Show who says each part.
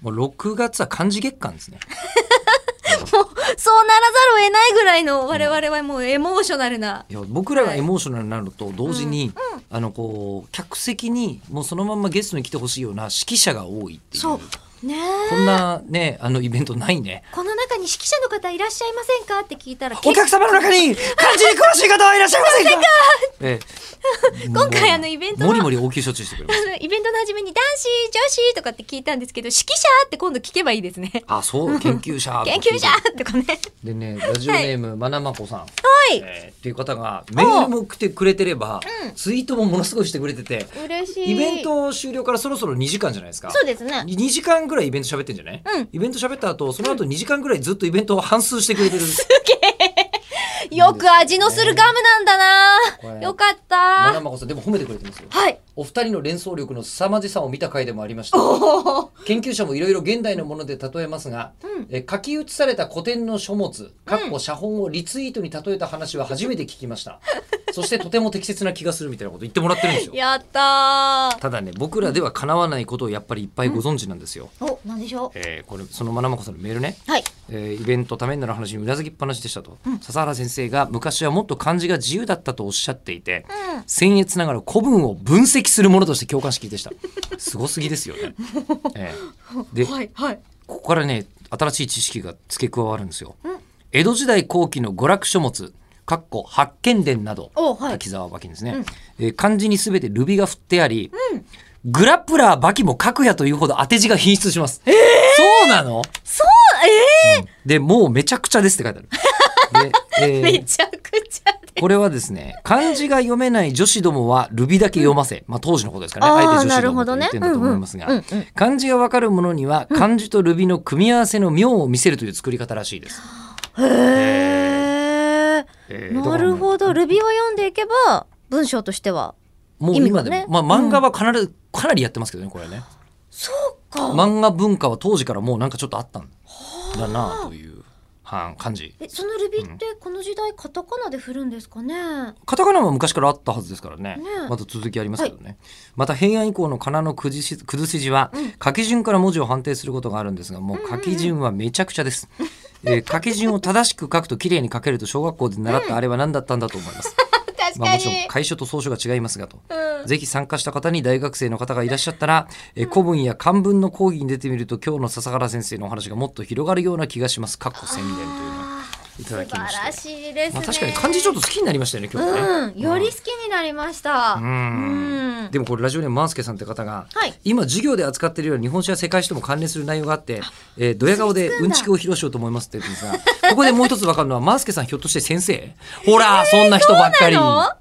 Speaker 1: もう6月は漢字月間ですね。
Speaker 2: そうならざるを得ないぐらいの我々はもうエモーショナルな。
Speaker 1: いや僕らがエモーショナルになるのと同時に、あのこう客席にもうそのまんまゲストに来てほしいような指揮者が多いっていう
Speaker 2: そう。ねえ。
Speaker 1: こんなねあのイベントないね。
Speaker 2: この中に指揮者の方いらっしゃいませんかって聞いたら、
Speaker 1: お
Speaker 2: 結
Speaker 1: 客様の中に漢字に詳しい方はいらっしゃいませんか。ええ
Speaker 2: 今回あのイベントは
Speaker 1: もりもり応急処置してくれます。
Speaker 2: あのイベントの初めに男子、女子とかって聞いたんですけど、指揮者って今度聞けばいいですね。
Speaker 1: あそう研究者
Speaker 2: 研究者とかね。
Speaker 1: でねラジオネーム、まなまこさん、
Speaker 2: はい。
Speaker 1: えーっていう方がメールも来てくれてれば、ツイートもものすごいしてくれてて、
Speaker 2: 嬉しい。
Speaker 1: イベント終了からそろそろ2時間じゃないですか。
Speaker 2: そうですね。
Speaker 1: 2時間ぐらいイベント喋ってんじゃない、
Speaker 2: うん
Speaker 1: イベント喋った後その後2時間ぐらいずっとイベントを半数してくれてる
Speaker 2: よく味のするガムなんだ
Speaker 1: こ
Speaker 2: な
Speaker 1: れ
Speaker 2: よかっ
Speaker 1: まな
Speaker 2: た
Speaker 1: まこさんでも褒めてくれて ますよ
Speaker 2: はい。
Speaker 1: お二人の連想力の凄まじさを見た回でもありました
Speaker 2: おー
Speaker 1: 研究者もいろいろ現代のもので例えますが、
Speaker 2: うん
Speaker 1: え書き写された古典の書物かっこ写本をリツイートに例えた話は初めて聞きま した、そしてとても適切な気がするみたいなこと言ってもらってるんですよ
Speaker 2: やったー。
Speaker 1: ただね僕らではかなわないことをやっぱりいっぱいご存知なんですよ、
Speaker 2: お、なんでしょ
Speaker 1: えーこれそのまなまこさんのメールね
Speaker 2: う。はい。
Speaker 1: えーイベントためになる話にうなずきっぱなしでしたと、笹原先生が昔はもっと漢字が自由だったとおっしゃっていて、
Speaker 2: うん。
Speaker 1: 僭越ながら古文を分析するものとして共感式でした すごすぎですよ ね、ええで
Speaker 2: はいはい。
Speaker 1: ここからね新しい知識が付け加わるんですよ、
Speaker 2: うん
Speaker 1: 江戸時代後期の娯楽書物かっこ八犬伝など
Speaker 2: おはい
Speaker 1: 滝沢馬琴ですね、
Speaker 2: うん
Speaker 1: えー漢字に全てルビが振ってあり、グラップラー馬琴も書くやというほど当て字が品質します、そうなので、もうめちゃくちゃですって書いてある。で、えー
Speaker 2: めちゃくちゃで。
Speaker 1: これはですね、漢字が読めない女子どもはルビだけ読ませ。まあ当時のことですからね。
Speaker 2: あー
Speaker 1: あえて女子ども
Speaker 2: なるほ
Speaker 1: と
Speaker 2: ど
Speaker 1: 言
Speaker 2: ね
Speaker 1: ってんだと思いますが、
Speaker 2: うんうんうんうん
Speaker 1: 漢字がわかるものには漢字とルビの組み合わせの妙を見せるという作り方らしいです。
Speaker 2: へ
Speaker 1: え
Speaker 2: え。
Speaker 1: ーだか
Speaker 2: な
Speaker 1: ら
Speaker 2: るほど。ルビを読んでいけば、文章としては。
Speaker 1: もう
Speaker 2: 意味が
Speaker 1: 今
Speaker 2: ね
Speaker 1: でも、まあ漫画はかなり、かなりやってますけどね、これね。
Speaker 2: そうか。
Speaker 1: 漫画文化は当時からもうなんかちょっとあったんだなという、はん、感じ。
Speaker 2: え、そのルビってこの時代カタカナで振るんですかね。
Speaker 1: カタカナは昔からあったはずですからね
Speaker 2: ねえ
Speaker 1: また続きありますけどね、また平安以降の仮名のくじし崩し字は書き順から文字を判定することがあるんですがもう書き順はめちゃくちゃ です、えー書き順を正しく書くと綺麗に書けると小学校で習ったあれは何だったんだと思います、
Speaker 2: 確
Speaker 1: まあもちろん楷書と草書が違いますがと
Speaker 2: うん。
Speaker 1: ぜひ参加した方に大学生の方がいらっしゃったら、えー古文や漢文の講義に出てみると今日の笹原先生のお話がもっと広がるような気がしますかっこ宣伝というのを
Speaker 2: あ
Speaker 1: い
Speaker 2: ー
Speaker 1: ただ
Speaker 2: 素
Speaker 1: きま
Speaker 2: 晴ら
Speaker 1: して
Speaker 2: しいですね。
Speaker 1: まあ、確かに漢字ちょっと好きになりましたよね今日ね、
Speaker 2: うん、より好きになりました。う
Speaker 1: うんでもこれラジオネームマンスケさんって方が、
Speaker 2: はい
Speaker 1: 今授業で扱っているような日本史や世界史とも関連する内容があって、えー、ドヤ顔でうんちくを披露しようと思いますって言ってるんですがここでもう一つ分かるのはマンスケさんひょっとして先生ほら、そんな人ばっかり
Speaker 2: そうなの